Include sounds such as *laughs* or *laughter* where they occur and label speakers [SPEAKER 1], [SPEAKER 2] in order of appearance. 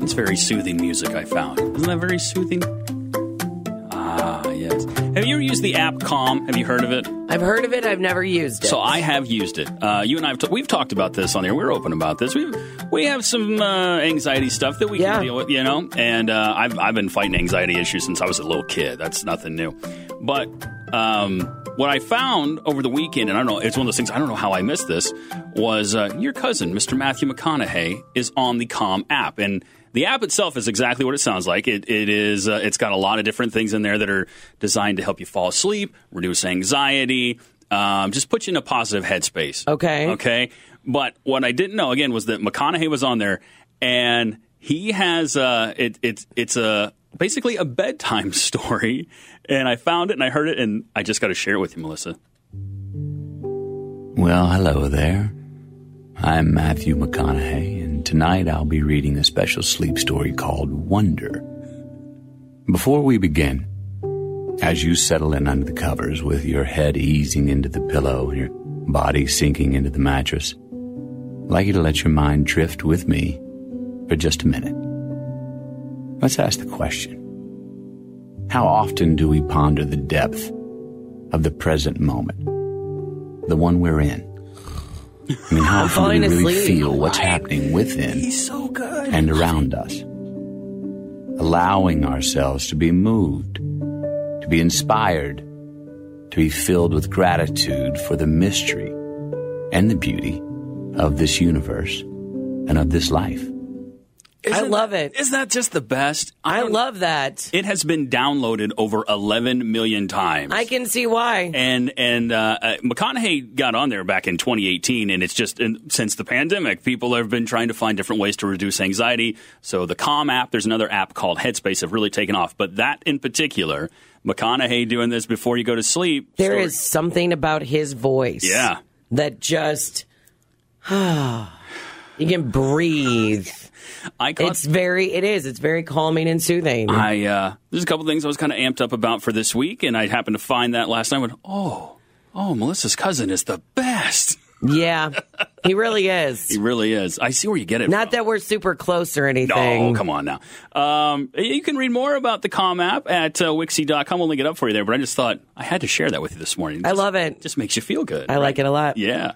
[SPEAKER 1] It's very soothing music, I found. Isn't that very soothing? Ah, yes. Have you ever used the app Calm? Have you heard of it?
[SPEAKER 2] I've heard of it. I've never used it.
[SPEAKER 1] So I have used it. Uh, you and I have t- we've talked about this on here. We're open about this. We we have some uh, anxiety stuff that we
[SPEAKER 2] Yeah.
[SPEAKER 1] can deal with, you know. And uh, I've I've been fighting anxiety issues since I was a little kid. That's nothing new. But um, what I found over the weekend, and I don't know, it's one of those things. I don't know how I missed this. Was uh, your cousin, Mr. Matthew McConaughey, is on the Calm app and. The app itself is exactly what it sounds like. It, it is. Uh, it's got a lot of different things in there that are designed to help you fall asleep, reduce anxiety, um, just put you in a positive headspace.
[SPEAKER 2] Okay.
[SPEAKER 1] Okay. But what I didn't know again was that McConaughey was on there, and he has uh, it, it's it's a basically a bedtime *laughs* story, and I found it and I heard it and I just got to share it with you, Melissa.
[SPEAKER 3] Well, hello there. I'm Matthew McConaughey, and tonight I'll be reading a special sleep story called Wonder. Before we begin, as you settle in under the covers with your head easing into the pillow and your body sinking into the mattress, I'd like you to let your mind drift with me for just a minute. Let's ask the question How often do we ponder the depth of the present moment? the one we're in. I
[SPEAKER 2] *laughs*
[SPEAKER 3] mean, how often
[SPEAKER 2] falling
[SPEAKER 3] do we really
[SPEAKER 2] asleep.
[SPEAKER 3] feel what's happening within and around us? Allowing ourselves to be moved, to be inspired, to be filled with gratitude for the mystery and the beauty of this universe and of this life.
[SPEAKER 2] I love it.
[SPEAKER 1] Isn't that just the best?
[SPEAKER 2] I
[SPEAKER 1] don't-
[SPEAKER 2] love that.
[SPEAKER 1] It has been downloaded over 11 million times.
[SPEAKER 2] I can see why.
[SPEAKER 1] and and uh, uh, McConaughey got on there back in 2018, and it's just and since the pandemic, people have been trying to find different ways to reduce anxiety. So the Calm app, there's another app called Headspace, have really taken off. But that in particular, McConaughey doing this before you go to sleep.
[SPEAKER 2] There
[SPEAKER 1] story-
[SPEAKER 2] is something about his voice.
[SPEAKER 1] Yeah.
[SPEAKER 2] That just, *sighs* you can breathe.
[SPEAKER 1] I caught
[SPEAKER 2] It's very, it is. It's very calming and soothing.
[SPEAKER 1] I uh, there's a couple things I was kind of amped up about for this week, and I happened to find that last night. I went, oh, oh, Melissa's cousin is the best.
[SPEAKER 2] yeah. He really
[SPEAKER 1] *laughs*
[SPEAKER 2] is.
[SPEAKER 1] He really is. I see where you get it.
[SPEAKER 2] Not
[SPEAKER 1] from.
[SPEAKER 2] that we're super close or anything.
[SPEAKER 1] No, Oh, come on now. Um, you can read more about the Calm app at uh, Wixie.com. We'll link it up for you there. But I just thought I had to share that with you this morning.
[SPEAKER 2] I
[SPEAKER 1] Just-
[SPEAKER 2] love it.
[SPEAKER 1] Just makes you feel good.
[SPEAKER 2] I like it a lot.
[SPEAKER 1] Yeah.